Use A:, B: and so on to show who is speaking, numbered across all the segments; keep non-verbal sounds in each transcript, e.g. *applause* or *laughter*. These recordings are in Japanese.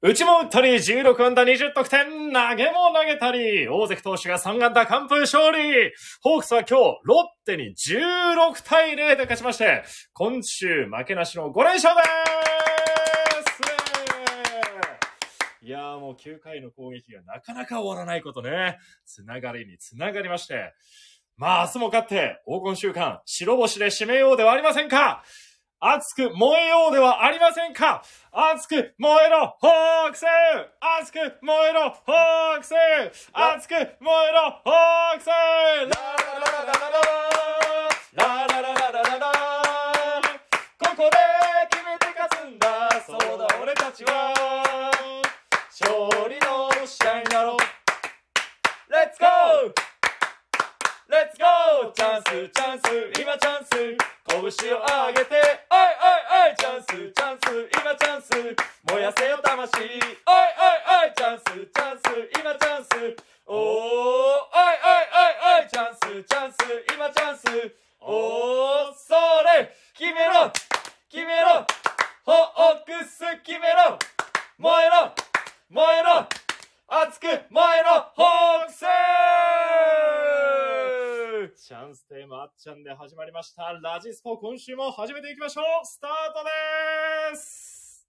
A: 打ちも打ったり、16安打20得点、投げも投げたり、大関投手が3安打完封勝利ホークスは今日、ロッテに16対0で勝ちまして、今週負けなしの5連勝ですいやーもう9回の攻撃がなかなか終わらないことね。つながりにつながりまして。まあ明日も勝って、黄金週間、白星で締めようではありませんか熱く燃えようではありませんか熱く燃えろホークス熱く燃えろホークス熱く燃えろホークスラララララララララララララここで決めて勝つんだそうだ俺たちは勝利の試合だろレッツゴーレッツゴーチャンスチャンス今チャンス拳を上げておいおいおいチャンスチャンス今チャンス燃やせよ魂おいおいおいチャンスチャンス今チャンスおーおいおいおいおいチャンスチャンス今チャンスおーそれ決めろ決めろホークス決めろ燃えろ燃えろ熱く燃えろホークスチャンステーマあっちゃんで始まりました。ラジスポ今週も始めていきましょうスタートです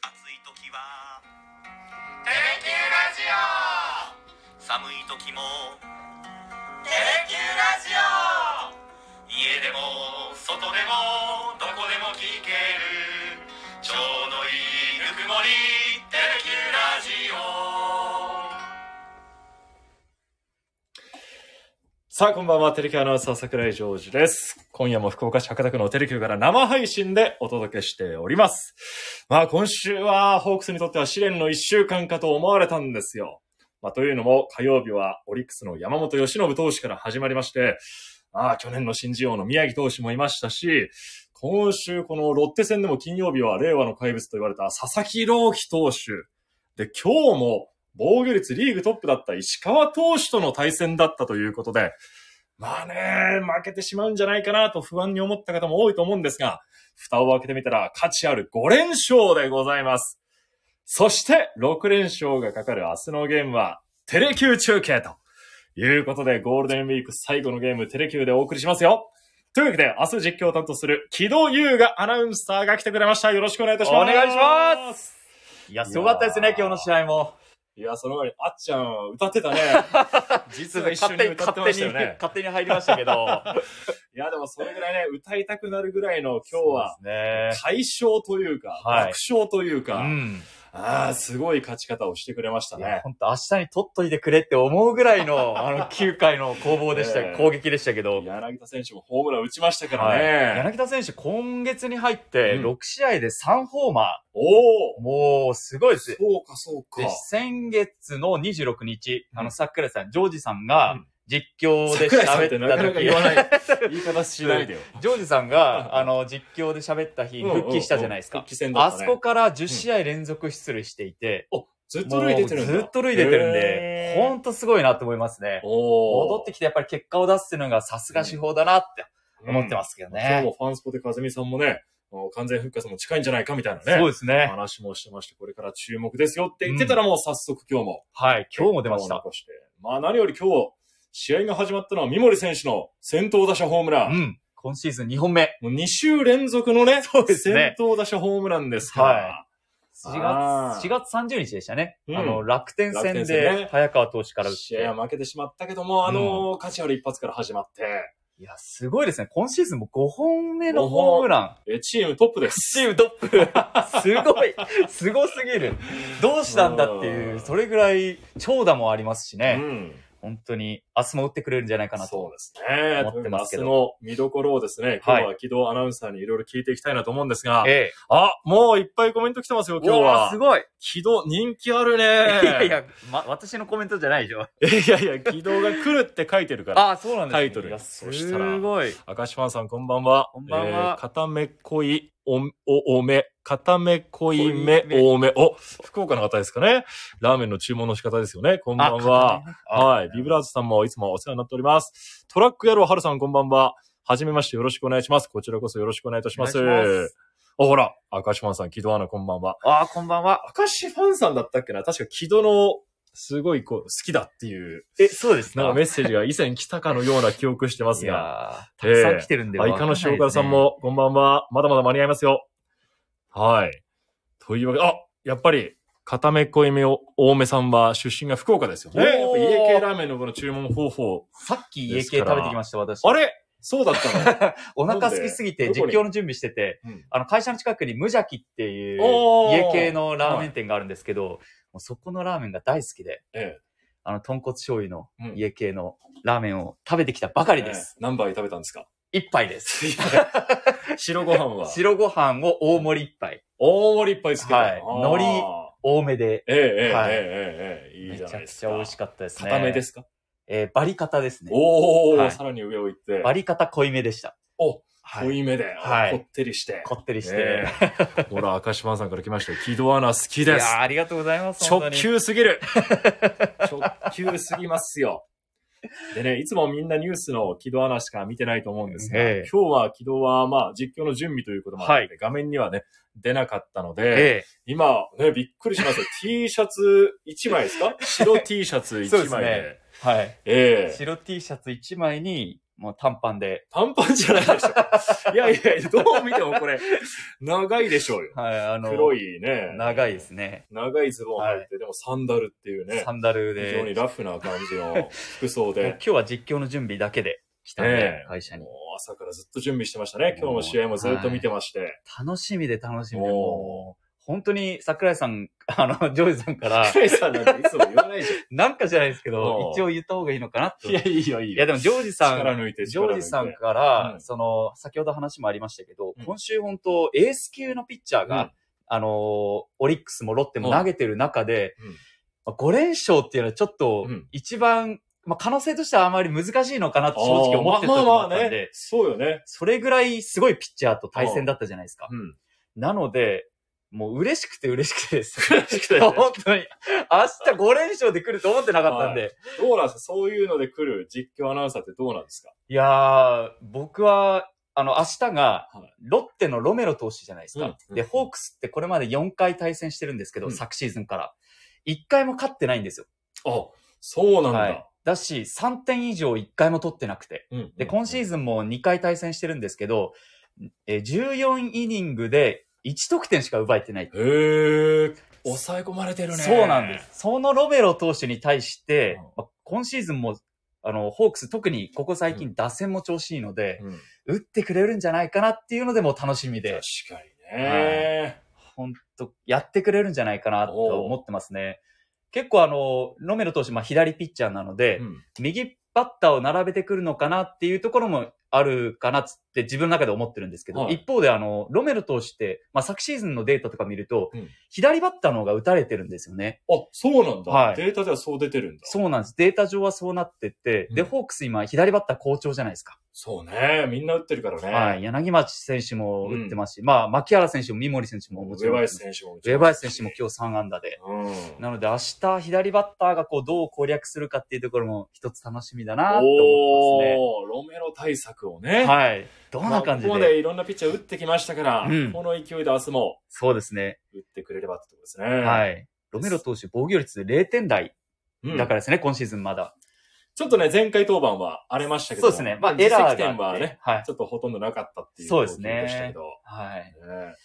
B: 暑い時は「テレキューラジオ」寒い時も「テレキューラジオ」家でも外でもどこでも聞けるちょうどいいぬくもり「テレキューラジオ」
A: さあ、こんばんは。テレキューアナウンサー桜井ジョージです。今夜も福岡市博多区のテレキューから生配信でお届けしております。まあ、今週はホークスにとっては試練の一週間かと思われたんですよ。まあ、というのも、火曜日はオリックスの山本由伸投手から始まりまして、ああ、去年の新人王の宮城投手もいましたし、今週このロッテ戦でも金曜日は令和の怪物と言われた佐々木朗希投手。で、今日も防御率リーグトップだった石川投手との対戦だったということで、まあね、負けてしまうんじゃないかなと不安に思った方も多いと思うんですが、蓋を開けてみたら価値ある5連勝でございます。そして6連勝がかかる明日のゲームはテレキュー中継ということでゴールデンウィーク最後のゲームテレキューでお送りしますよ。というわけで明日実況を担当する木戸優雅アナウンサーが来てくれました。よろしくお願いいたします。
C: お願いしますいや、
A: やー
C: すごかったですね、今日の試合も。
A: いや、その前にあっちゃん歌
C: *laughs*
A: ってたね。実は一緒
C: 勝
A: に
C: 手に、
A: 歌って
C: 勝
A: ま
C: 手
A: したよ
C: に、
A: ね。
C: 勝手に入りましたけど。
A: いや、でもそれぐらいね、歌いたくなるぐらいの今日は、
C: そうですね。
A: 解消というか、
C: はい
A: 爆笑という
C: う
A: か、
C: ん。
A: ああ、すごい勝ち方をしてくれました
C: いや、
A: ね。
C: 本当明日に取っといてくれって思うぐらい
A: *laughs*
C: の、あの、9回の攻防でした、
A: ねえ
C: 攻撃でしたけど。
A: 柳田選手もホームラン打ちましたから
C: はい
A: ね。
C: 柳田選手、今月に入って、
A: うん
C: 6試合で3ホーマ
A: お
C: ー。
A: お
C: もう、すごいです。
A: そうか、そうか
C: で。先月の26日、あ
A: うん
C: の、桜井さん、ジョージさん
A: う
C: が
A: ん、
C: 実況で
A: 桜井さんって
C: 喋
A: な
C: っ
A: か
C: た
A: なか
C: 時、
A: 言わない。言い方しないでよ。
C: *laughs* ジョージさんが、あの、実況で喋った日、
A: うんうんうん
C: 復帰したじゃないですか
A: 復。帰戦だ
C: あ
A: った
C: そ
A: ね
C: こから10試合連続出塁していて、
A: ずっと
C: もう
A: 塁出てるんだ。
C: ずっと塁出てるん
A: へ
C: で、
A: ー
C: ほんとすごいなと思いますね。
A: おお
C: 戻ってきてやっぱり結果を出すっていうのがさすが手法だなって思って
A: す
C: ますけど
A: 今日
C: ね。
A: もファンスポで風見さんもね、もう完全復活も近いんじゃないかみたいな
C: そう
A: ね。
C: ですね。
A: 話もしてまして、これから注目ですよって言ってたらもう早速今日も。
C: はい。今日も出まし
A: 結
C: た。
A: 果を残して。まあ何より今日、試合が始まったのは三森選手の先頭打者ホームラ
C: う
A: ン。
C: ん。今シーズン2本目。
A: もう2週連続のね、
C: そうですね
A: 先頭打者ホームランですから。
C: 4
A: あー
C: 月、4月30日でしたね。
A: うん
C: あの、楽天
A: 楽天
C: 戦
A: 戦ね
C: で早川投手から打っ
A: 試合
C: て。
A: は負けてしまったけども、あのー、価値ある一発から始まって、
C: いや、すごいですね。今シーズンも5本目のホームラン。
A: えチームトップです。
C: チームトップ。 *laughs* すごい。すごすぎる。どうしたんだっていうう、
A: ん
C: それぐらい長打もありますし
A: う
C: ね。
A: ん。
C: 本当に、明日も打ってくれるんじゃないかなと。
A: そうですね。
C: 思ってますけど
A: ということで明日の見どころをですね、今日は木戸アナウンサーにいろいろ聞いていきたいなと思うんですが、
C: ええ。
A: あ、もういっぱいコメント来てますよ、今日
C: うわーす
A: は。
C: ごい。
A: 木戸人気あるね。
C: いやいや、ま、私のコメントじゃないでしょ。
A: いやいや、軌道が来るって書いてるから。
C: ああ、そうなんですね
A: タイトル
C: いや
A: そしたら
C: すごい。
A: 赤石ファンさん、こんばんは。
C: こんばんは
A: えー片目濃い、お、お、おめ。片目濃いめ、
C: 濃いめ
A: おめ。お、福岡の方ですかね。ラーメンの注文の仕方ですよね。こんばん
C: あ
A: は。
C: 硬いねあ
A: はい。ビブラーズさんもいつもお世話になっております。トラック野郎はるさん、こんばんは。はじめましてよろしくお願いします。こちらこそよろしくお願いいたします。
C: お願いします
A: あ、ほら、赤石ファンさん、木戸アナこんばんは。
C: ああ、こんばんは。
A: 赤石ファンさんだったっけな確か木戸の、すごいこう、好きだっていう、
C: え、そうです
A: なんかメッセージが以前来たかのような記憶してます
C: い
A: が。
C: やーたくさん来てるんで、
A: あ、いかの塩辛さん。も、こんばんは。まだまだ間に合いますよ。はい。というわけで、あやっぱり、片目濃いめを、大目さんは出身が福岡ですよね。
C: おー
A: やっぱ家系ラーメンのこの注文方法。
C: さっき家系食べてきました、私。
A: あれそうだった *laughs* の
C: お腹空きすぎて
A: なんで
C: 実況の準備してて
A: うん、
C: あの、会社の近くに無邪気っていう
A: おー
C: 家系のラーメン店があるんですけど、もうそこのラーメンが大好きで、
A: え
C: あの、豚骨醤油の
A: うん
C: 家系のラーメンを食べてきたばか
A: え
C: りです。。
A: 何杯食べたんですか
C: 一、杯です。
A: *laughs* 白ご飯は。
C: 白ご飯を大盛り一杯。
A: 大盛りいっぱいですけど。
C: はい
A: あー
C: 海苔多めで。
A: ええええ
C: はい
A: ええええいい
C: め
A: じ
C: ち
A: ゃない
C: ゃ
A: で
C: く
A: す
C: ち
A: か。
C: ゃ美味しかったですね。
A: 固めですか
C: えーバリ方ですね。
A: おー、
C: はい
A: さらに上を行って。
C: バリ方濃いめでした。
A: お、
C: はい
A: 濃いめで、
C: はい
A: こってりして。
C: こってりして。
A: ね
C: *laughs*
A: えほら、赤島さんから来ましたよ。木戸アナ好きで
C: いや
A: す
C: ー。ありがとうございます。本当
A: 直
C: に。
A: 球すぎ
C: *laughs*
A: る。直球すぎますよ。でね、いつもみんなニュースの木戸アナしか見てないと思うんですが、
C: ええ
A: 今日は木戸はまあ実況の準備ということもあって、画面にはね、出なかったので、
C: え
A: 今ね、びっくりし *laughs* ますよ。T シャツ1枚ですか白 T シャツ
C: そうで
A: 1
C: す
A: 枚で。
C: ねえはい。
A: ええ
C: 白 T シャツ1枚に、もう短パンで。
A: 短パンじゃないでし *laughs* ょ。いやいや、どう見てもこれ、長いでしょうよ。
C: はい、あの、
A: 黒いね。
C: 長いですね。
A: 長いズボン履いて、でもサンダルっていうね
C: サ、ンダル
A: 非常に
C: で。
A: ラフな感じ *laughs* の服装
C: もう
A: で
C: 今、日は実況の準備だけで来たん
A: え
C: で、
A: え
C: 会社
A: も
C: に
A: う。朝からずっと準備してましたね。今日の試合もずっと見てまして。
C: 楽しみで楽しみで、
A: おー
C: もう、本当に桜井さん、あの、ジョージさん
A: *laughs*
C: から、
A: クレイさんなんていつも言わないじ
C: なんかじゃないですけど
A: お、ー
C: 一応言った方がいいのかなって。
A: *laughs* ゃん。いや、いいよ、いい
C: いや、
A: よ。
C: でもジョージさん
A: 力、抜いて、
C: ジョージさ
A: 力抜い
C: ん
A: て
C: から、
A: うん
C: その、先ほど話もありましたけど、
A: うん
C: 今週本当、エース級のピッチャーが、
A: うん
C: あのーオリックスもロッテも投げてる中で、
A: うん
C: まあ5連勝っていうのはちょっと
A: うん、
C: 一番、まあ、可能性としてはあまり難しいのかなって正直思ってた
A: あ
C: と
A: ー
C: こ
A: ま
C: だ
A: あ
C: っ
A: ま
C: た
A: あ
C: んで、
A: ね。そうよね。
C: それぐらいすごいピッチャーと対戦だったじゃないですか。
A: うん。 *laughs*
C: なので、もう嬉しくて嬉しくてです。
A: 嬉しくてね
C: 本当に。明日5連勝で来ると思ってなかったんで。
A: どうなんですかそういうので来る実況アナウンサーってどうなんですか
C: いやー、僕は、あの、明日が
A: はい、
C: ロッテのロメロ投手じゃないですか。
A: うん
C: で、
A: うん
C: ホークスってこれまで4回対戦してるんですけど、
A: うん
C: 昨シーズンから。1回も勝ってないんですよ。
A: あ、そうなん
C: はい
A: だ。。
C: だし、3点以上1回も取ってなくて。
A: うん
C: で、今シーズンも2回対戦してるんですけど、えー14イニングで1得点しか奪えてない。
A: へえ、抑え込まれてるね。
C: そうなんです。。そのロメロ投手に対して
A: うん、
C: まあ今シーズンも、あの、ホークス特にここ最近打線も調子いいので、
A: うん、
C: 打ってくれるんじゃないかなっていうのでもう楽しみで
A: 確、かにね。
C: 本当やってくれるんじゃないかなと思ってますね。結構あの、ロメロ投手、まあ左ピッチャーなので、
A: うん
C: 右バッターを並べてくるのかなっていうところもあるかなっつって自分の中で思ってるんですけど、
A: はい
C: 一方であの、ロメロ投手って、まあ昨シーズンのデータとか見ると、
A: うん
C: 左バッターの方が打たれてるんですよね。
A: あ、そうなんだ、
C: はい
A: データではそう出てるんだ。そう
C: そうなんです。データ上はそうなってて、で、
A: うん
C: ホークス今左バッター好調じゃないですか。
A: ね。みんな打ってるからね。
C: はい。柳町選手も打ってますし、まあ、牧原選手も三森選手ももち
A: 上
C: ろん。
A: 林選手も打ちますし。
C: 上林選手も今日3安打で。
A: うん。
C: なので明日左バッターがこうどう攻略するかっていうところも一つ楽しみだなと思って
A: おー、ロメロ対策をね。
C: ますね。はい。どんな感じ
A: まあここま
C: で。
A: でいろんなピッチャー打ってきましたから、
C: うん
A: この勢いで明日も
C: そうですね。
A: 打ってくれればってとこですね。。
C: はいい。ロメロ投手防御率0点台だからですね、今シーズンまだ。
A: ちょっとね、前回登板は荒れましたけど
C: そう
A: も。
C: ですね。まあ、エ
A: 自
C: ラ
A: 責
C: ーがあ
A: 点
C: って。
A: はね、
C: はい。
A: ちょっとほとんどなかったっていう
C: そうですね
A: 投球でしたけど。
C: はい。
A: ね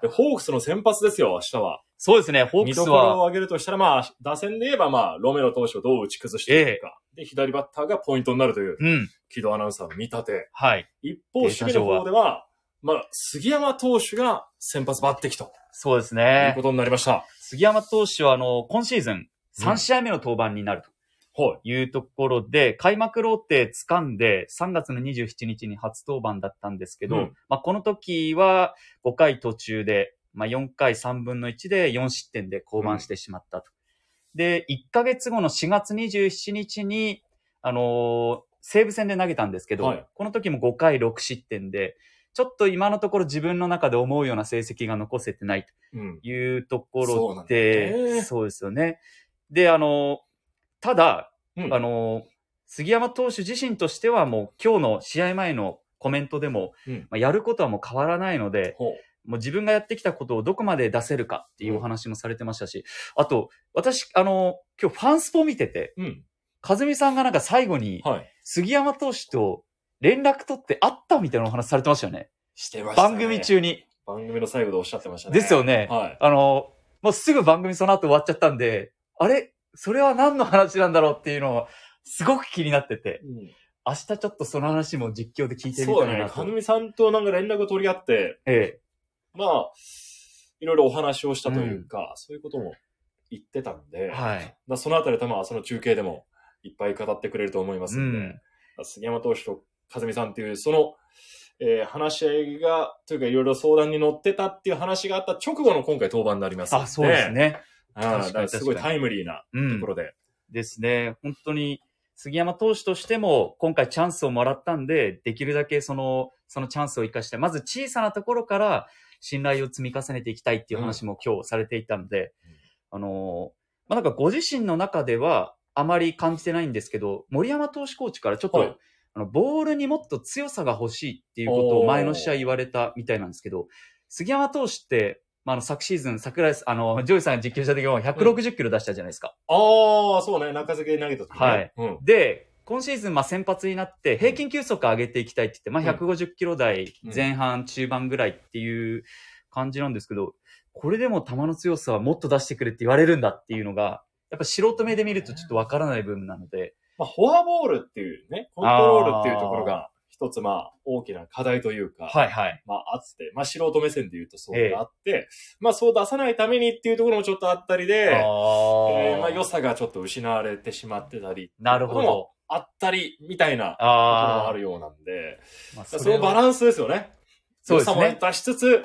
A: で、ホークスの先発ですよ、明日は。
C: そうですね、ホー
A: 見
C: クス
A: どころを
C: は、
A: 挙げるとしたら、まあ、打線で言えば、まあ、ロメロ投手をどう打ち崩していくか。で、左バッターがポイントになるという、
C: うん。
A: 木戸アナウンサーの見立て。
C: はい。
A: 一方、守備の方では、まあ、杉山投手が先発抜擢と
C: そうで
A: い
C: す
A: う
C: ね
A: こ。とになりました。
C: 杉山投手は、あの、今シーズン3試合目の登板になると。
A: はい。
C: というところで、開幕ローテ掴んで、3月の27日に初登板だったんですけど、
A: うん
C: まあ、この時は5回途中で、まあ、4回3分の1で4失点で降板してしまったと。で、1ヶ月後の4月27日に、あのー西武戦で投げたんですけど、
A: はい
C: この時も5回6失点で、ちょっと今のところ自分の中で思うような成績が残せてない
A: うん。
C: いうとこ
A: そうな
C: ろ
A: んだ
C: で、そう,、
A: ね
C: ですよね。で、あの、ただ、
A: うん
C: あの、杉山投手自身としてはもう今日の試合前のコメントでも、
A: うん
C: まあ、やることはもう変わらないので、
A: ほう。
C: もう自分がやってきたことをどこまで出せるかっていうお話もされてましたし、あと、私、あの、今日ファンスポ見てて、
A: うん。
C: かずみさんがなんか最後に、
A: はい。
C: 杉山投手と連絡取って会ったみたいなお話されてましたよね。
A: してました、ね。
C: 番組。中に。
A: 番組の最後でおっしゃってましたね。
C: ですよね
A: はい。
C: あの、もうすぐ番組その後終わっちゃったんで、あれそれは何の話なんだろうっていうのを、すごく気になってて、明日ちょっとその話も実況で聞いてみ
A: そう
C: た
A: だ
C: い
A: ね
C: な。と。
A: かずみさんとなんか連絡を取り合って、
C: ええ。
A: まあ、いろいろお話をしたというか、そういうことも言ってたんで、
C: はい。
A: まあそのあたり多分その中継でもいっぱい語ってくれると思います
C: う
A: ので、
C: ん。
A: 杉山投手と和美さんっていう、その、えー話し合いが、というかいろいろ相談に乗ってたっていう話があった直後の今回登板になりますの
C: あ、そうです。ね。
A: あー
C: 確か
A: だ
C: に
A: からすごい
C: 確か
A: タイムリーな
C: う
A: と
C: ん
A: こ。ろで。
C: ですね。本当に、杉山投手としても、今回チャンスをもらったんで、できるだけその、そのチャンスを生かして、まず小さなところから信頼を積み重ねていきたいっていう話も今日されていたので、あのーまあ、なんかご自身の中では、あまり感じてないんですけど、森山投手コーチからちょっと、
A: はい
C: あの、ボールにもっと強さが欲しいっていうことを前の試合言われたみたいなんですけど、杉山投手って、まあ、あの、昨シーズン、桜井さん、あの、ジョイさんが実況した時も160キロ出したじゃないですか。
A: ああ、そうね。中継で投げた時ね。
C: はい。
A: うん。
C: で、今シーズン、まあ、先発になって、平均球速上げていきたいって言って、まあ、150キロ台
A: うん
C: 前半、中盤ぐらいっていう感じなんですけど、これでも球の強さはもっと出してくれって言われるんだっていうのが、やっぱ素人目で見るとちょっとわからない部分なので、
A: まあ、フォアボールっていうね、コントロールっていうところが、一つまあ、大きな課題というか、
C: はいはい。
A: まあ、あって、まあ、素人目線で言うとそうがあって、まあ、そう出さないためにっていうところもちょっとあったり
C: あ
A: で、えーまあ、
C: ー
A: 良さがちょっと失われてしまってたり、
C: なるほど。
A: あったり、みたいなところ
C: あ
A: も
C: ー
A: あるようなんで、
C: まあ
A: そ
C: それ
A: のバ
C: は
A: ランスですよね。
C: そうですね
A: 良さも出しつつ、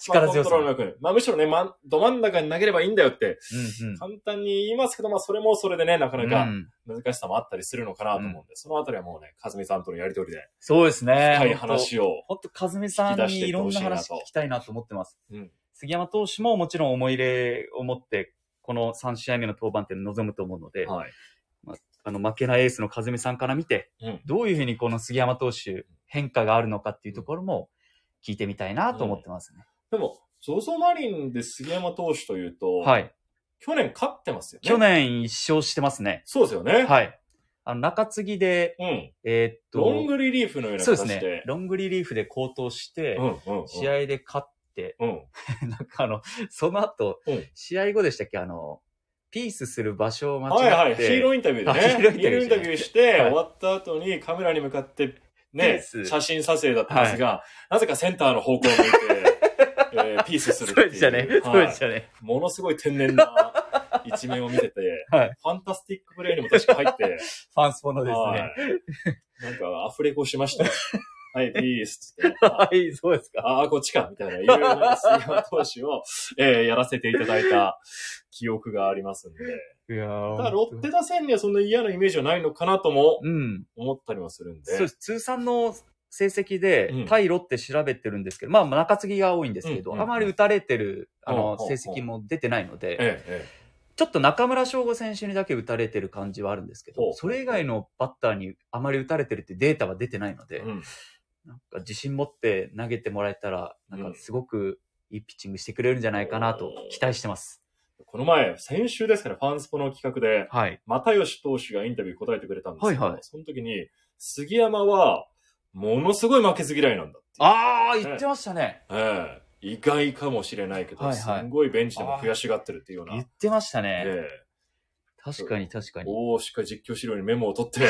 C: 力強さ
A: まあコントロール力。まあ、むしろね、まん、ど真ん中に投げればいいんだよって、
C: うんうん
A: 簡単に言いますけど、まあ、それもそれでね、なかな
C: う
A: か
C: ん
A: 難しさもあったりするのかなと思うんで、そのあたりはもうね、かずみさんとのやりとりで、
C: そうですね。
A: 深い話を。
C: 本当、かずみさんにいろんな話聞きたいなと思ってます。
A: うん
C: 杉山投手ももちろん思い入れを持って、この3試合目の登板っていうのを望むと思うので、
A: はい。
C: あの、負けないエースの和美さんから見て、
A: うん
C: どういうふうにこの杉山投手、変化があるのかっていうところも聞いてみたいなと思ってますね。
A: でも、ゾゾマリンで杉山投手というと、
C: はい。
A: 去年勝ってますよね。
C: 去。年一勝してますね。
A: そうですよね。
C: はい。あの、中継ぎで、
A: うん。
C: えーっと、
A: ロングリリーフのような
C: そうで
A: 形
C: す
A: で。
C: ね。ロングリリーフで高投して、
A: うんうん、うん。
C: 試合で勝って、 *laughs*
A: うん。
C: なんかあの、その後、
A: うん
C: 試合後でしたっけ、あの、ピースする場所を間違って、
A: はいはい、ヒーローインタビューでね。
C: あヒーローインタビュー
A: ヒして、
C: はい
A: 終わった後にカメラに向かって、
C: ピー
A: ね、
C: ス
A: 写真撮影だったんですが、なぜかセンターの方向を向いて、
C: *laughs*
A: えーピースするって
C: そ
A: いうう。
C: でしたね。そう
A: はい
C: でしたね。
A: ものすごい天然
C: *laughs*
A: な一面を見せて、
C: はい
A: ファンタスティックプレーにも確か入って、
C: ファンスポのです
A: は
C: ね。
A: いなんかアフレコしましたよ。はい、ピースっつって。
C: はい、そうですか。
A: ああ、こっちかみたいな、いろいろな杉山投手を、えーやらせていただいた記憶がありますんで。
C: い
A: だ
C: や
A: からロッテ打線にはそんな嫌なイメージはないのかなとも
C: うん。
A: 思ったりもするんで。
C: そうです。通算の成績で、
A: うん
C: 対ロッテ調べてるんですけど、まあ、中継ぎが多いんですけど、
A: うんうんうん
C: あまり打たれてる、あ
A: うん
C: の、
A: うん
C: 成
A: うん
C: 績も出てないので、
A: ええ、え
C: ちょっと中村翔吾選手にだけ打たれてる感じはあるんですけ
A: ほう
C: ど、それ以外のバッターにあまり打たれてるってデータは出てないの
A: え。
C: で、
A: うん
C: なんか自信持って投げてもらえたら、なんかすごくいいピッチングしてくれるんじゃないかなと期待してます。
A: この前、先週ですから、ファンスポの企画で、
C: はい。
A: 又吉投手がインタビュー答えてくれたんですけど、
C: はいはい
A: その時に、杉山は、ものすごい負けず嫌いなんだっていう。
C: ああ、言ってましたね。
A: ええ意外かもしれないけど、
C: はいはい
A: すんごいベンチでも悔しがってるっていうような。
C: 言ってましたね。
A: え
C: 確かに確か
A: え
C: に。
A: おおしっかり実況資料にメモを取
C: *laughs*
A: って、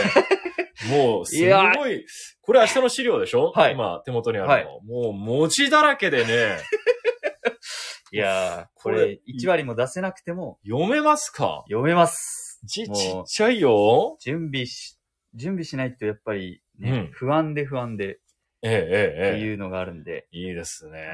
A: もう、す
C: いや
A: ごい、これ明日の資料でしょ
C: はい
A: 今、手元にあるの。
C: はい
A: もう、文字だらけでね、
C: いやー、
A: こ
C: こ
A: れ
C: れ1割も出せなくても
A: 読めますか
C: 読めます。
A: 字
C: もう
A: ちっちゃいよ。
C: 準備し、準備しないとやっぱりね、
A: うん
C: 不安で不安で
A: ええ、え
C: って
A: え、ええ。
C: いうのがあるんで。
A: いいですね。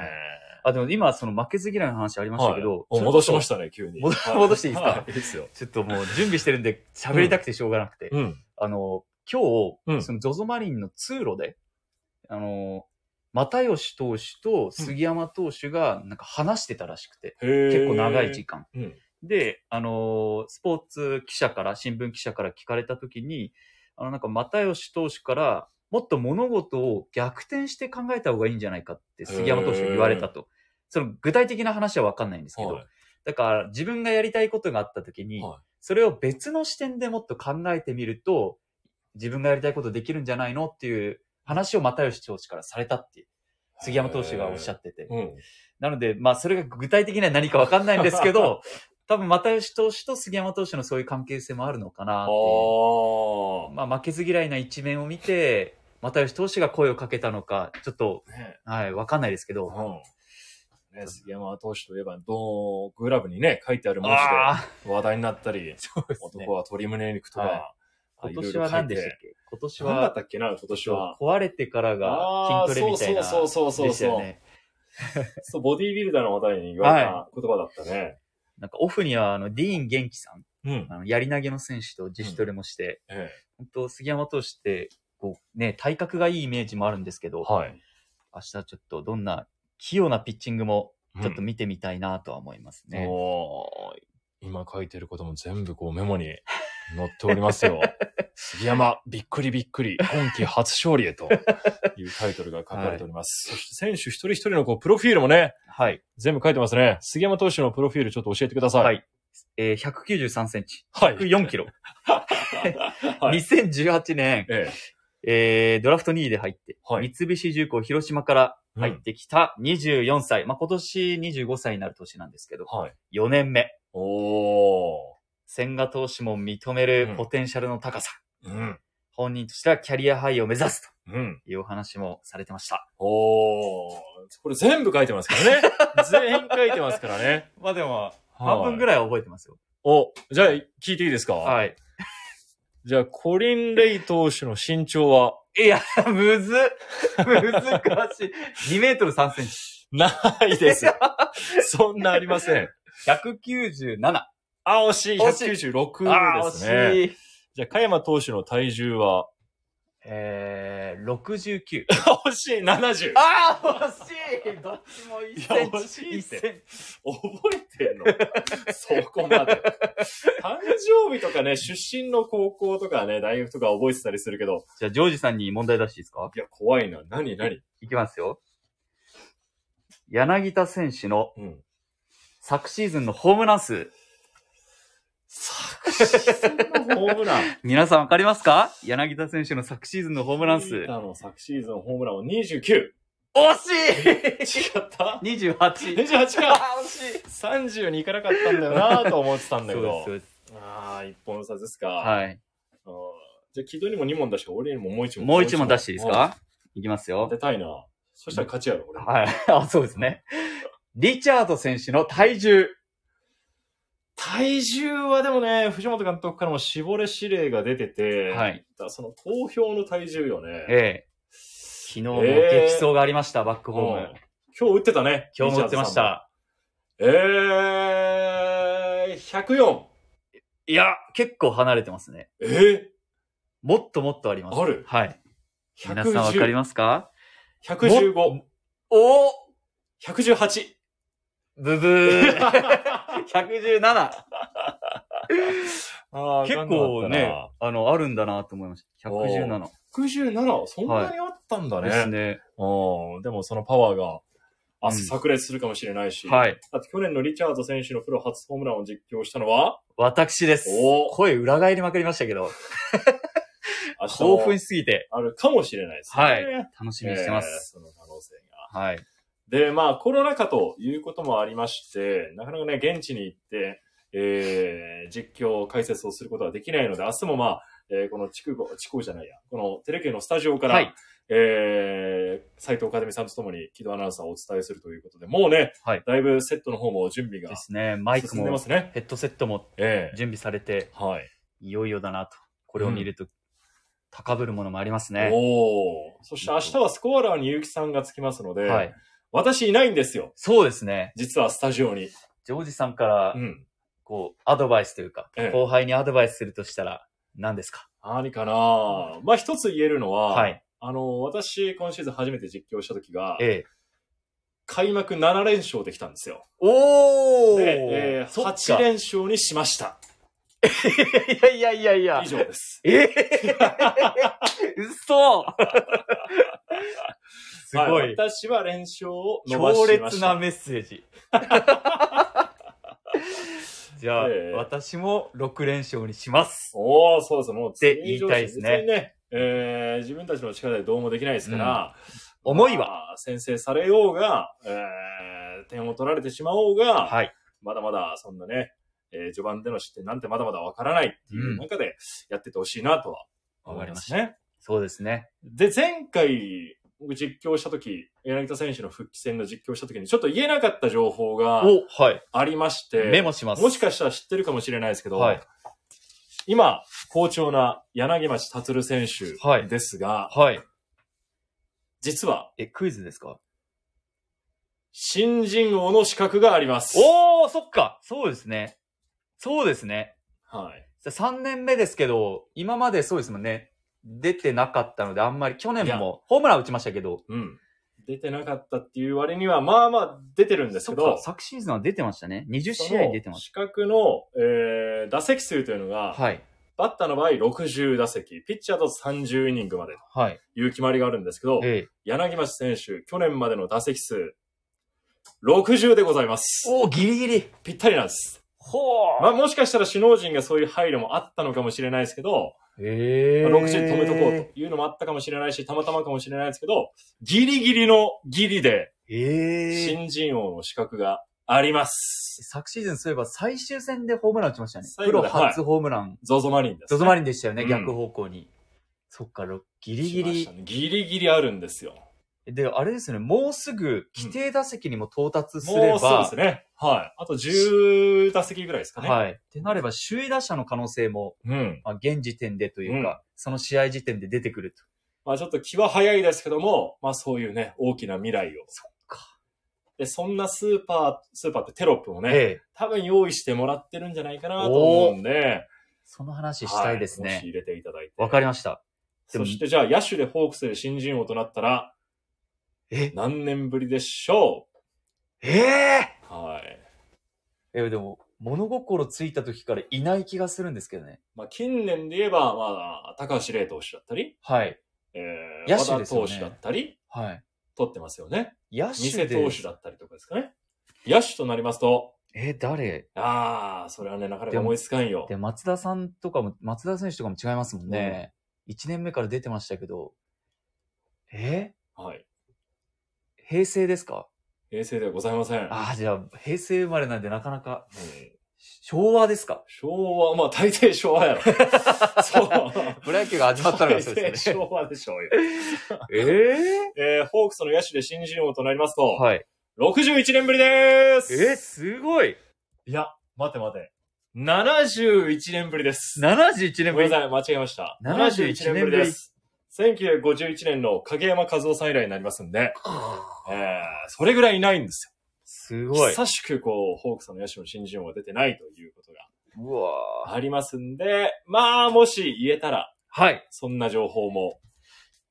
C: あ、でも今その負けず嫌いの話ありましたけど、。
A: お戻しましたたね、急に。
C: 戻
A: はい
C: 戻していいですか
A: はい、いいですよ。
C: ちょっともう準備してるんで喋りたくてしょうがなくて。
A: うん。
C: あの、今日、
A: うん
C: その ZOZO マリンの通路で、あの、又吉投手と杉山投手がなんか話してたらしくて、
A: 結
C: 結構長い時間。
A: うん。
C: で、あの、スポーツ記者から、新聞記者から聞かれたときに、あの、なんか又吉投手から、もっと物事を逆転して考えた方がいいんじゃないかって杉山投手が言われたと。その具体的な話はわかんないんですけど、
A: はい
C: だから自分がやりたいことがあった時に、
A: はい
C: それを別の視点でもっと考えてみると、自分がやりたいことできるんじゃないのっていう話を又吉投手からされたって、杉山投手がおっしゃってて。
A: うん。
C: なので、まあそれが具体的には何かわかんないんです
A: *laughs*
C: けど、多分又吉投手と杉山投手のそういう関係性もあるのかな
A: ああ
C: っていう。まあ負けず嫌いな一面を見て、又吉投手が声をかけたのか、ちょっと、
A: ー。ね
C: はい、わかんないですけど。
A: うん。ね、杉山投手といえば、どう、グラブにね、書いてある文字
C: ああ、
A: で話題になったり、
C: そうですね
A: 男。は鶏胸肉とか、
C: は今年は何でしたっけ今年
A: 何だっ
C: は、
A: たっけな、今年は。
C: 壊れてからが筋トレみたいな。
A: あーそうそうそうそうそう
C: でしたよね。
A: そう、ボディービルダーの話題に言われた言葉だったね。
C: なんかオフにはあのディーン元気さん、
A: うん。
C: あのやり投げの選手と自主トレもして、
A: え
C: 本当杉山投手って、こうね、体格がいいイメージもあるんですけど、
A: え。はい。
C: 明日ちょっとどんな器用なピッチングもちょっと
A: うん
C: 見てみたいなとは思いますね。
A: もう、今書いてることも全部こうメモに載っております
C: *laughs*
A: よ。杉山、びっくりびっくり、今季初勝利へというタイトルが書かれております。そして選手一人一人のこうプロフィールもね、
C: はい。
A: 全部書いてますね。杉山投手のプロフィールちょっと教えてください。
C: はい。えー、193センチ、 *laughs*
A: はい。
C: 104キロ。 *laughs*
A: はい
C: 2018年、
A: ええ。
C: えー、ドラフト2位で入って、
A: はい
C: 三菱重工広島から
A: うん
C: 入ってきた24歳。まあ、今年25歳になる年なんですけど、
A: はい。
C: 4年目。
A: おー。
C: 千賀投手も認め
A: う
C: る
A: ん
C: ポテンシャルの高さ。
A: うん。
C: 本人としてはキャリアハイを目指す
A: うん。
C: というお話もされてました。
A: おー。これ全部書いてますからね。
C: *laughs*
A: 全員書いてますからね。
C: まあでも、半分ぐ
A: い。
C: らいは覚えてますよ。
A: お、じゃあ聞いていいですかい。
C: はい。
A: じゃあ、コリン・レイ投手の身長は、
C: いや、 *laughs* むずっ難しい。2メートル3センチ。
A: ないです。 *laughs* そんなありません。
C: 197。
A: あ、惜しい。
C: 惜しい
A: 196ですね。
C: 惜しい。
A: じゃあ、加山投手の体重は、
C: えー、69。
A: 惜しい。70。
C: ああ惜しいどっちも1セン
A: いや惜し
C: チ。
A: いって
C: 1センチ。
A: 覚えてんの *laughs* そこまで。誕生日とかね、出身の高校とかね、大学とか覚えてたりするけど、
C: じゃあ、ジョージさんに問題出していいですか
A: いや、怖いな。何、何
C: いきますよ。柳田選手の
A: うん。
C: 昨シーズンのホームラン数。
A: 昨シーズンのホーム *laughs* ラン。
C: 皆さんわかりますか柳田選手の昨シーズンのホームラン
A: リ
C: 数。
A: ー
C: 惜
A: ダーの昨シーズンホームランは29。
C: し
A: 違った
C: い !28。
A: ?28
C: あ
A: か
C: ー惜しい
A: !32 いかなかったんだよなぁと思ってたんだけど。
C: そうです。
A: ああ、一本差ですか。
C: はい。
A: あーじゃあ、木戸にも2問出して、俺にももう1問。
C: もう一問出していいです
A: うん
C: かいきますよ
A: 当。てたいなそしたら勝ちやろ、俺。
C: はい。 *laughs* あ、そうですね。リチャード選手の体重。
A: 体重はでもね、藤本監督からも絞れ指令が出てて、
C: はい。
A: だからその投票の体重よね。
C: ええ。昨日も
A: ええ
C: 激走がありました、バック
A: うん
C: ホーム。
A: 今日打ってたね。
C: 今日も打ってました。
A: リチャードさんも。えー、104。
C: いや、結構離れてますね。
A: えー
C: もっともっとあります。
A: ある
C: はい。
A: 110
C: 皆さんわかりますか
A: 115。
C: おお
A: 118。
C: ブブ
A: *laughs*
C: ー !117! 結構ね、あの、あるんだなと思いました。117。
A: 117、そんなにあったんだね。
C: ですね。
A: うんでもそのパワーが、明
C: うん
A: 日炸裂するかもしれないし。
C: はい。
A: あと去年のリチャード選手のプロ初ホームランを実況したのは、
C: 私です
A: お。
C: 声裏返りまくりましたけど、
A: 明日
C: 興
A: も
C: 奮しすぎて、
A: あるかもしれないですね。
C: はい楽しみにしてま
A: えー
C: す。
A: その可能性が。
C: はい。
A: で、まあコロナ禍ということもありまして、なかなかね、現地に行って、えー、実況、解説をすることはできないので、明日もまあ、えーこの地区、地区じゃないや、このテレビのスタジオから、
C: はい。
A: えー、斉藤和美さんとともに、木戸アナウンサーをお伝えするということで、もうね、
C: はい
A: だいぶセットの方も準備が
C: ですね。マイク
A: 進んで
C: も
A: ま、すね。
C: ヘッドセットも
A: ええ
C: 準備されて、
A: はい。
C: いよいよだなと。これを見ると、高ぶるものもありますね。
A: おお。そして明日はスコアラーに結城さんがつきますので、
C: はい。
A: 私いないんですよ。
C: そうですね。
A: 実はスタジオに。
C: ジョージさんから
A: う、ん。
C: こう、アドバイスというか
A: ええ、
C: 後輩にアドバイスするとしたら、何ですか
A: 何かなまあ一つ言えるのは、
C: はい。
A: あの、私今シーズン初めて実況した時が、
C: ええ。
A: 開幕7連勝できたんですよ。
C: お
A: で、えー
C: そっか
A: 8連勝にしました。
C: いやいやいやいや
A: 以。上です。
C: え
A: *laughs*
C: え嘘 *laughs* すご。
A: はい私は連勝を伸ばし
C: 強
A: ました。
C: 烈なメッセー *laughs* ジ。じゃあ、
A: ええ
C: 私も6連勝にします。
A: おおそうです。もう、
C: って言いたいですね
A: 別にね。えー、自分たちの力でどうもできないですから、
C: 思いは。
A: まあ先制されようが、えー、点を取られてしまおうが、
C: はい。
A: まだまだ、そんなね、えー、序盤での失点なんてまだまだわからないっていう中でやってってほしいなとは思いますね。
C: そうですね。
A: で、前回、僕実況したとき、柳田選手の復帰戦の実況したときに、ちょっと言えなかった情報が
C: お、はい。
A: ありまして、
C: メモします。
A: もしかしたら知ってるかもしれないですけど、
C: はい
A: 今、好調な柳町達選
C: は
A: 手
C: い
A: ですが、
C: はい。
A: 実は、
C: え、クイズですか
A: 新人王の資格があります。
C: おー、そっか。そうですね。そうですね。
A: はい。
C: 3年目ですけど、今までそうですもんね。出てなかったので、あんまり、去年
A: いや
C: もホームラン打ちましたけど、
A: うん。出てなかったっていう割には、まあまあ出てるんです
C: そ
A: け
C: っ
A: ど
C: か、、昨シーズンは出てましたね。20
A: そ
C: 試合出てま
A: の
C: し
A: 資格の、えー、打席数というの
C: た。
A: が、
C: はい。
A: バッターの場合60打席、ピッチャーだと30イニングまで
C: はい。
A: という決まりがあるんですけど、
C: ええ。
A: 柳町選手、去年までの打席数、60でございます。
C: おー、ギリギリ。
A: ぴったりなんです。
C: ほー。
A: まあ、もしかしたら首脳陣がそういう配慮もあったのかもしれないですけど、ま
C: ええ
A: あ60止めとこうというのもあったかもしれないし、たまたまかもしれないですけど、ギリギリのギリで、
C: ええ
A: 新人王の資格があります。
C: 昨シーズンそういえば最終戦でホームラン打ちましたね。
A: 最
C: プ
A: 後
C: ロ
A: で
C: 初ホームラン。
A: ゾゾマリンです、
C: ゾゾマリンでしたよね、
A: うん
C: 逆方向に。そっか、ろギリギ
A: しまし
C: リ
A: た。ねギリギリあるんですよ。
C: で、あれですね、もうすぐ規定打席にも到達すれ
A: もうそうで
C: ば
A: す、ね。はい。あと10打席ぐらいですかね。
C: はい。ってなれば、首位打者の可能性も、
A: うん。
C: まあ、現時点でという
A: うん
C: か、その試合時点で出てくると。
A: まあちょっと気は早いですけども、まあそういうね、大きな未来を。
C: そっか。
A: で、そんなスーパー、スーパーってテロップもね、
C: ええ。
A: 多分用意してもらってるんじゃないかなと思うんで、
C: その話したいです
A: はもし
C: ね。
A: 入れていただいて。
C: わ、かりました。で
A: そ
C: も
A: してじゃあ、野手でホークスで新人王となったら、
C: え
A: 何年ぶりでしょ
C: ええ
A: うはい。
C: えでも、物心ついた時からいない気がするんですけどね。
A: まあ、近年で言えば、まあ、高橋礼投手だったり、
C: はい。
A: えー、
C: 野手ですよね
A: 和田投手だったり、
C: はい。
A: 取ってますよね。
C: 野
A: 偽
C: 手で。
A: 投手だったりとかですかね。野手となりますと、
C: え、誰
A: ああ、それはね、なかなか思いつかんよ。
C: で、松田さんとかも、松田選手とかも違いますもんね。一1年目から出てましたけど。え
A: はい。
C: 平成ですか
A: 平成ではございません。
C: ああ、じゃあ、平成生まれなんでなかなか、
A: うん
C: 昭和ですか
A: 昭和、まあ、大抵昭和や
C: *laughs*
A: ろ。そう。
C: プロ野球が始まったのがそう
A: 大抵
C: ですよね。
A: 昭和でしょうよ。
C: え
A: えー、ホークスの野手で新人王となりますと、
C: えはい。
A: 61年ぶりでーす
C: えー、すごい
A: いや、待て待て。71年ぶりです。
C: !71
A: ご
C: 年ぶ
A: め
C: り
A: んな。さい、間違えました。
C: 71年ぶり
A: です。1951年の影山和夫さん以来になりますんで、えー、それぐらいいないんですよ
C: すごい。
A: 久しくこう、ホークスの野手の新人王が出てないということ
C: うわ
A: がありますんで、まあ、もし言えたら、
C: はい。
A: そんな情報も、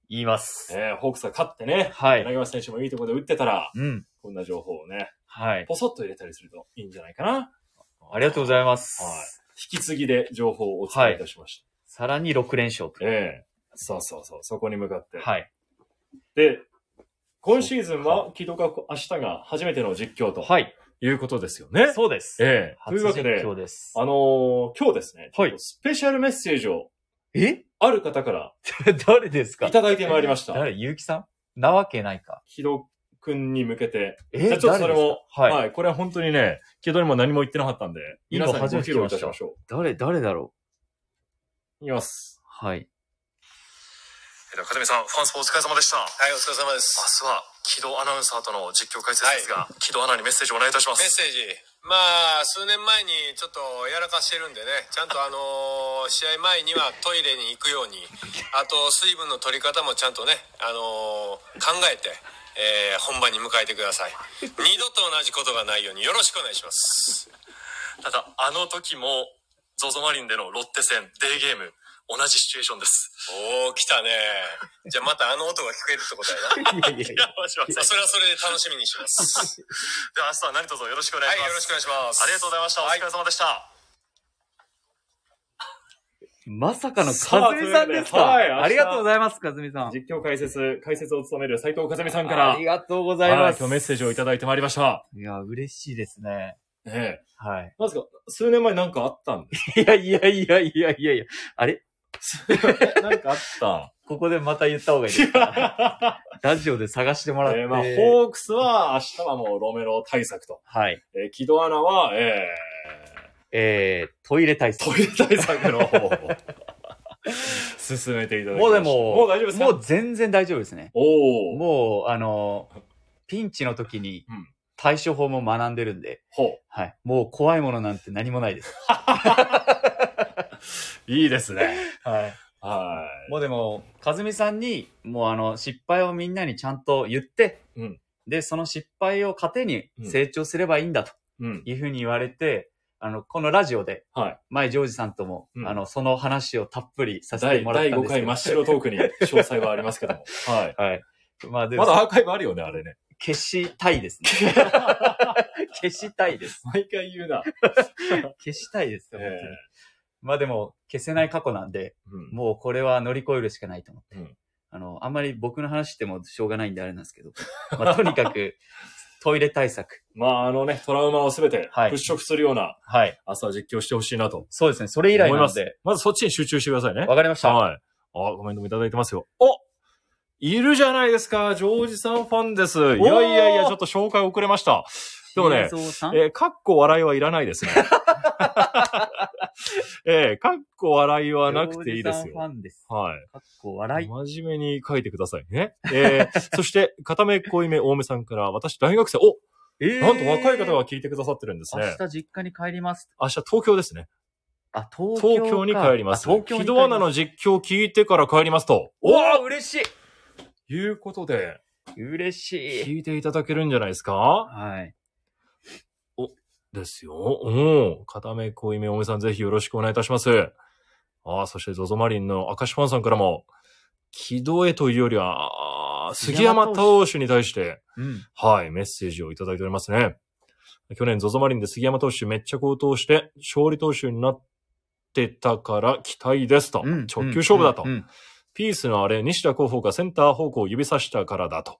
C: 言います。
A: えーホークスが勝ってね、
C: はい。
A: 柳橋選手もいいところで打ってたら、
C: うん。
A: こんな情報をね、
C: はい。
A: ポソッと入れたりするといいんじゃないかな。
C: ありがとうございます。
A: はい引き継ぎで情報をお伝えいたしまし
C: さらに6連勝
A: た。
C: と。
A: ええそうそうそう、そこに向かって。
C: はい。
A: で、今シーズンは、木戸が明日が初めての実況と
C: はい。
A: いうことですよね。
C: *laughs* そうです。
A: ええと
C: 初
A: いうわけ
C: 実
A: で、
C: 況です。
A: あのー今日ですね、
C: はい
A: ちょっとスペシャルメッセージを
C: え *laughs*
A: ある方から
C: 誰ですか
A: いただいてまいりました。
C: 誰ゆうきさんなわけないか。
A: 木戸くんに向けて。
C: え
A: じゃあちょっとそれも、
C: 誰ですかはい。
A: はい。これは本当にね、木戸にも何も言ってなかったんで、皆さんにご披露いたしましょ
C: 誰、誰だろ
A: う。いきます
C: う。はい。
D: えー、かずみさん、ファンスポお疲れ様でした。はい、お疲れ様です。明日は、木戸アナウンサーとの実況解説ですが、木戸アナにメッセージをお願いいたしま
E: メッ
D: す。
E: セージまあ数年前にちょっとやらかしてるんでねちゃんとあのー試合前にはトイレに行くようにあと水分の取り方もちゃんとねあのー考えて、えー本番に迎えてくだ *laughs* さい二度と同じことがないようによろしくお願いします
D: ただ、あの時も、ゾゾマリンでのロッテ戦、デーゲーム、同じシチュエーションです。
E: おお来たねじゃあまたあの音が聞こえるってことや
C: *laughs*
E: な
C: いやいやい
D: いや、しません。
E: それはそれで楽しみにします
D: では明日は何卒よろしくお願
E: はい
D: し
E: い
D: ます。
E: よろしくお願いします
D: ありがとうございました。お疲れ様でした。
C: まさかの、
A: さあ
C: かずみさんで
A: というこ
C: すか、
A: とではい
C: ありがとうございます、かずみさん。
A: 実況解説、解説を務める斉藤和美さんか
C: あ
A: ら
C: り、がとうございます。
A: 今日メッセージをいただいてまいりました。
C: いや、嬉しいですね。
A: ねえ。
C: はい。
A: まずか、数年前なんかあった
C: *laughs*
A: んで
C: いやいやいやいやいやいや。あれ
A: すえなんかあ *laughs* った
C: ここでまた言った方がいいですか *laughs* ラジオで探してもらって。
A: えーまあ、ホークスは明日はもうロメロ対策と。
C: はい。
A: えー、木戸アナは、え
C: えー、トイレ対
A: ー、
C: 策。
A: トイレ対策の方
C: *laughs*
A: を進めていただきま
C: もう
A: した
C: でも、
A: もう大丈夫ですか
C: もう全然大丈夫ですね。
A: おお。
C: もう、あの、ピンチの時に
A: うん
C: 対処法も学んでるんで、
A: ほう。
C: はい。もう怖いものなんて何もないです。
A: いいですね。
C: はい。
A: は
C: もうでも、かずみさんに、もうあの、失敗をみんなにちゃんと言って、
A: うん
C: で、その失敗を糧に成長すればいいんだと
A: い。うん。
C: いうふうに言われて、あの、このラジオで、
A: はい。
C: 前、ジョージさんとも、
A: うん
C: あの、その話をたっぷりさせて
A: 第
C: もらっ
A: 第
C: たん
A: 5
C: ですけ
A: 回
C: ど。
A: 真っ白トークに詳細はありますけ
C: *laughs*
A: ども。はい。
C: はい。まあ、でも、
A: まだアーカイブあるよね、あれね。
C: 消した
A: *laughs*
C: いですね。消したいです。
A: 毎回言うな。
C: 消したいですよ、
A: え
C: 本当にまあでも、消せない過去なんで、
A: ーうん
C: もうこれは乗り越えるしかないと思って。
A: うん
C: あの、あんまり僕の話してもしょうがないんであれなんですけど、まあ、とに
A: *laughs*
C: かく、トイレ対策。
A: まあ、あのね、トラウマをすべて
C: はい
A: 払拭するような
C: はい。
A: 朝実況してほしいなと
C: そうですね。それ以来
A: 思い
C: な
A: ま
C: ん
A: す
C: で。。
A: まずそっちに集中してくださいね。
C: わかりました。
A: はい。あ、コメントもいただいてますよ。おいるじゃないですか、ジョージさんファンです。いやいやいや、ちょっと紹介遅れました。でもね
C: 映、像さん
A: えーかっこ笑いはいらないです
C: *laughs*
A: ね。えーかっこ笑いはなくていいです
C: ジョージさ
A: よ。
C: んファンです。
A: は
C: かっこ
A: い。
C: 笑い。
A: 真面目に書いてくださいね。えー *laughs* そして、片目濃いめ多めさんから、私大学生、お
C: ええ
A: なんと若い方が聞いてくださってるんです
C: 明
A: ね。
C: 日実家に帰ります。
A: 明日東京ですね。
C: あ、東京か。
A: 東京に帰ります。
C: あ東京
A: 木
C: に帰り
A: 戸
C: ま
A: ア
C: す
A: ナの実況聞いてから帰りますと。
C: おお嬉し
A: いうことで、
C: い嬉しい
A: 聞いていただけるんじゃないですか
C: はい。
A: ですよ。うん。片目濃いめおめさん、ぜひよろしくお願いいたします。ああ、そして、ゾゾマリンの明石パンさんからも、木戸へというよりは、あー杉山投手に対して、
C: うん。
A: はい、メッセージをいただいておりますね。去年、ゾゾマリンで杉山投手めっちゃ高騰して、勝利投手になってたから期待ですと。
C: うん
A: 直球勝負だと。
C: うん *laughs* うん
A: ピースのあれ、西田候補がセンター方向を指さしたからだと。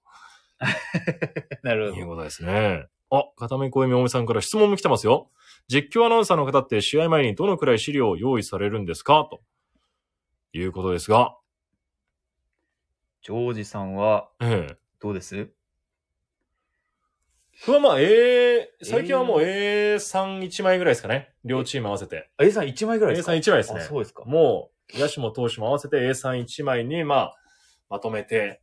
C: なる
A: と
C: ほ
A: いう
C: ど。
A: ことですね。あ、片目小みおめさんから質問も来てますよ。実況アナウンサーの方って試合前にどのくらい資料を用意されるんですかということですが、
C: ジョージさんは、
A: ええ。
C: どうです
A: これはまあ、ええ最近はもう A31 枚ぐらいですかね。両チーム合わせて。
C: ?A さん1枚ぐらいですか
A: A31 枚ですね
C: あ、。そうですか。
A: もう、野手も投手も合わせて A31 枚に、まあ、まとめて、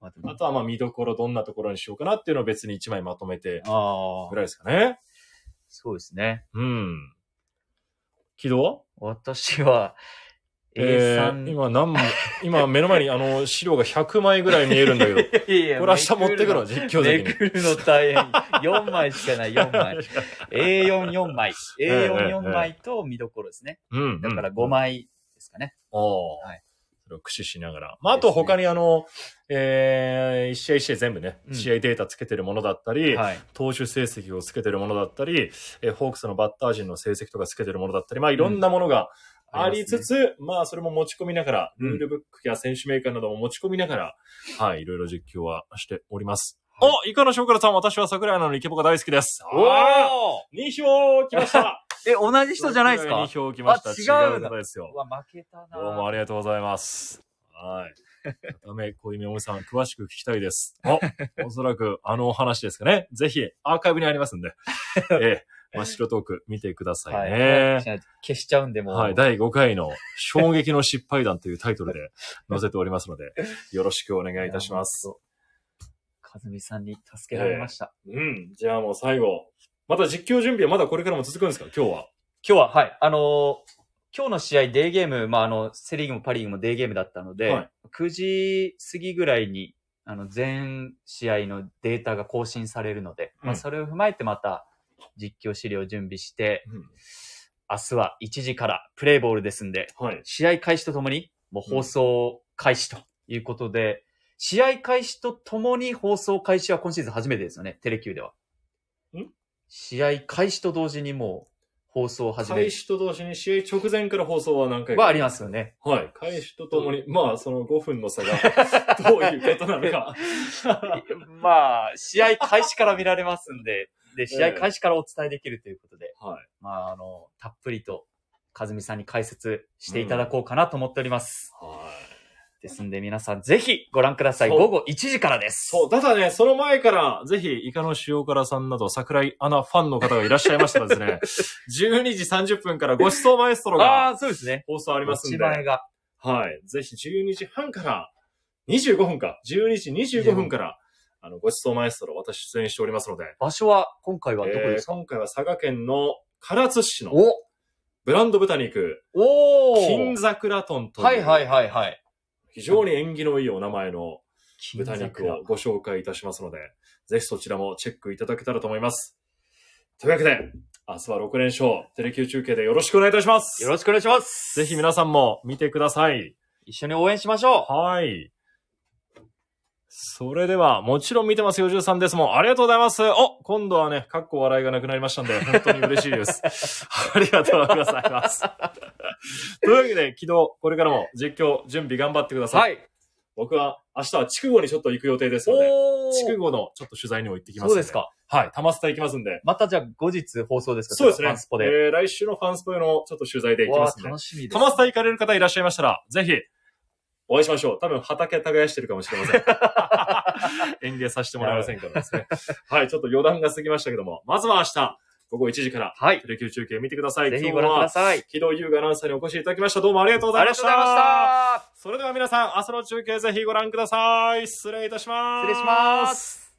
C: あと
A: あとはまあ見どころどんなところにしようかなっていうのを別に1枚まとめて、
C: あ
A: ぐ
C: あ、
A: らいですかね。
C: そうですね。
A: うん。軌道は
C: 私は、
A: えー
C: A さん、
A: 今何枚、今目の前にあの資料が100枚ぐらい見えるんだけど、こ
C: いやいや
A: れ明日持ってくの、実況
C: め
A: 席に。
C: くるの大変。4枚しかない、4枚。A4、4枚。
A: ええ
C: A4、4枚と見どころですね。
A: うん。
C: だから5。枚ですかね。
A: おー
C: はい
A: それを駆使しながら。まあ、あと他にあの、えー、一試合一試合全部ね、
C: うん
A: 試合データつけてるものだったり、
C: はい。
A: 投手成績をつけてるものだったり、えーホークスのバッター陣の成績とかつけてるものだったり、まあいろんなものがありつつ、まあそれも持ち込みながら、
C: うん
A: ルールブックや選手メーカーなども持ち込みながら、はい、いろいろ実況はしております。
C: はい
A: お、いかの翔からさん、私は桜井アナのイケボが大好きです。
C: おお
A: 2票来ました
C: え、同じ人じゃないですか
A: ?2 票来ました。
C: あ違う
A: 違う方ですよ
C: う。わ、負けたな
A: どうもありがとうございます。
C: *laughs*
A: はい。ダメ、小夢おめさん、詳しく聞きたいです。お、おそらくあのお話ですかね。ぜひ、アーカイブにあります
C: *laughs*
A: んで。ええ、真っ白トーク見てください
C: はい
A: ね。
C: 消しちゃうんで、もう。
A: はい、第5回の衝撃の失敗談というタイトル *laughs* で載せておりますので、よろしくお願いいたします。
C: かずみさんに助けられました。
A: うん、じゃあもう最後。また実況準備はまだこれからも続くんですか今日は。
C: 今日は、はい、あのー今日の試合、デーゲーム、まあ、あの、セリーグもパリーグもデーゲームだったので、
A: はい
C: 9時過ぎぐらいに、あの、全試合のデータが更新されるので、
A: う
C: まあ、
A: ん
C: それを踏まえてまた、実況資料を準備して、明日は1時からプレイボールですんで、
A: はい。
C: 試合開始とともに、もう放送開始ということで、試合開始とともに放送開始は今シーズン初めてですよね、テレキューでは。
A: ん
C: 試合開始と同時にも放送を始め
A: 開始と同時に試合直前から放送は何回か。
C: はありますよね。
A: はい。開始とともに、まあ、その5分の差が、 *laughs* どういうことなのか。
C: *laughs* まあ、試合開始から見られますんで、で、試合開始からお伝えできるということで、
A: はい。
C: まあ、あの、たっぷりと、和美さんに解説していただこうかなと思っております。
A: はい。
C: ですんで皆さんぜひご覧ください。
A: そう
C: 午後1時からです。
A: そう、ただね、その前から、ぜひ、イカの塩辛さんなど、桜井アナファンの方がいらっしゃいましたらです *laughs* ね、12時30分からごちそうマエストロ
C: あ
A: が
C: あ、そうですね。
A: 放送ありますんで、
C: 持ち前が。
A: はい。ぜひ、12時半から、25分か、12時25分から、あの、ごちそうマエストロ、私出演しておりますので、
C: 場所は、今回はどこ
A: え
C: で
A: ー
C: すか、
A: 今回は佐賀県の唐津市の
C: お
A: ブランド豚肉、
C: おー
A: 金桜豚という、
C: はいはいはいはい。
A: 非常に縁起のいいお名前の豚肉
C: 金
A: をご紹介いたしますので、ぜひそちらもチェックいただけたらと思います。というわけで、明日は6連勝、テレキュー中継でよろしくお願いいたします。
C: よろしくお願いします。
A: ぜひ皆さんも見てください。
C: 一緒に応援しましょう。
A: はい。それでは、もちろん見てます、よじゅうさんですもん。ありがとうございます。お今度はね、かっこ笑いがなくなりましたんで、本当に嬉しいです。 *laughs* ありがとうございます。 *laughs* というわけで、昨日、これからも実況、準備頑張ってください。
C: はい。
A: 僕は明日は筑後にちょっと行く予定ですので、
C: おー
A: 筑後のちょっと取材にも行ってきますん
C: そうです。か。
A: はい、玉スタ行きますんで。
C: またじゃあ後日放送ですか
A: そうですね。
C: ファンスポで。
A: えー、来週のファンスポへのちょっと取材で行き
C: わ
A: ま
C: あ
A: すんで
C: 楽。しみです。
A: 玉スタ行かれる方いらっしゃいましたら、ぜひ、お会いしましょう。多分畑耕してるかもしれません。 *laughs* 園芸させてもらえませんからですね。はい、ちょっと余談が過ぎましたけども、まずは明日、午後1時から、
C: はい。
A: テレキュー中継見てください。
C: ぜひ
A: 今日
C: ご覧くだ
A: は、
C: さい。
A: 木戸優雅アナウンサーにお越しいただきました。どうもありがとうござ
C: あ
A: い
C: り
A: ま
C: が
A: し
C: とう
A: た。
C: ございました。
A: それでは皆さん、明日の中継ぜひご覧ください。失礼いたします。
C: 失礼します。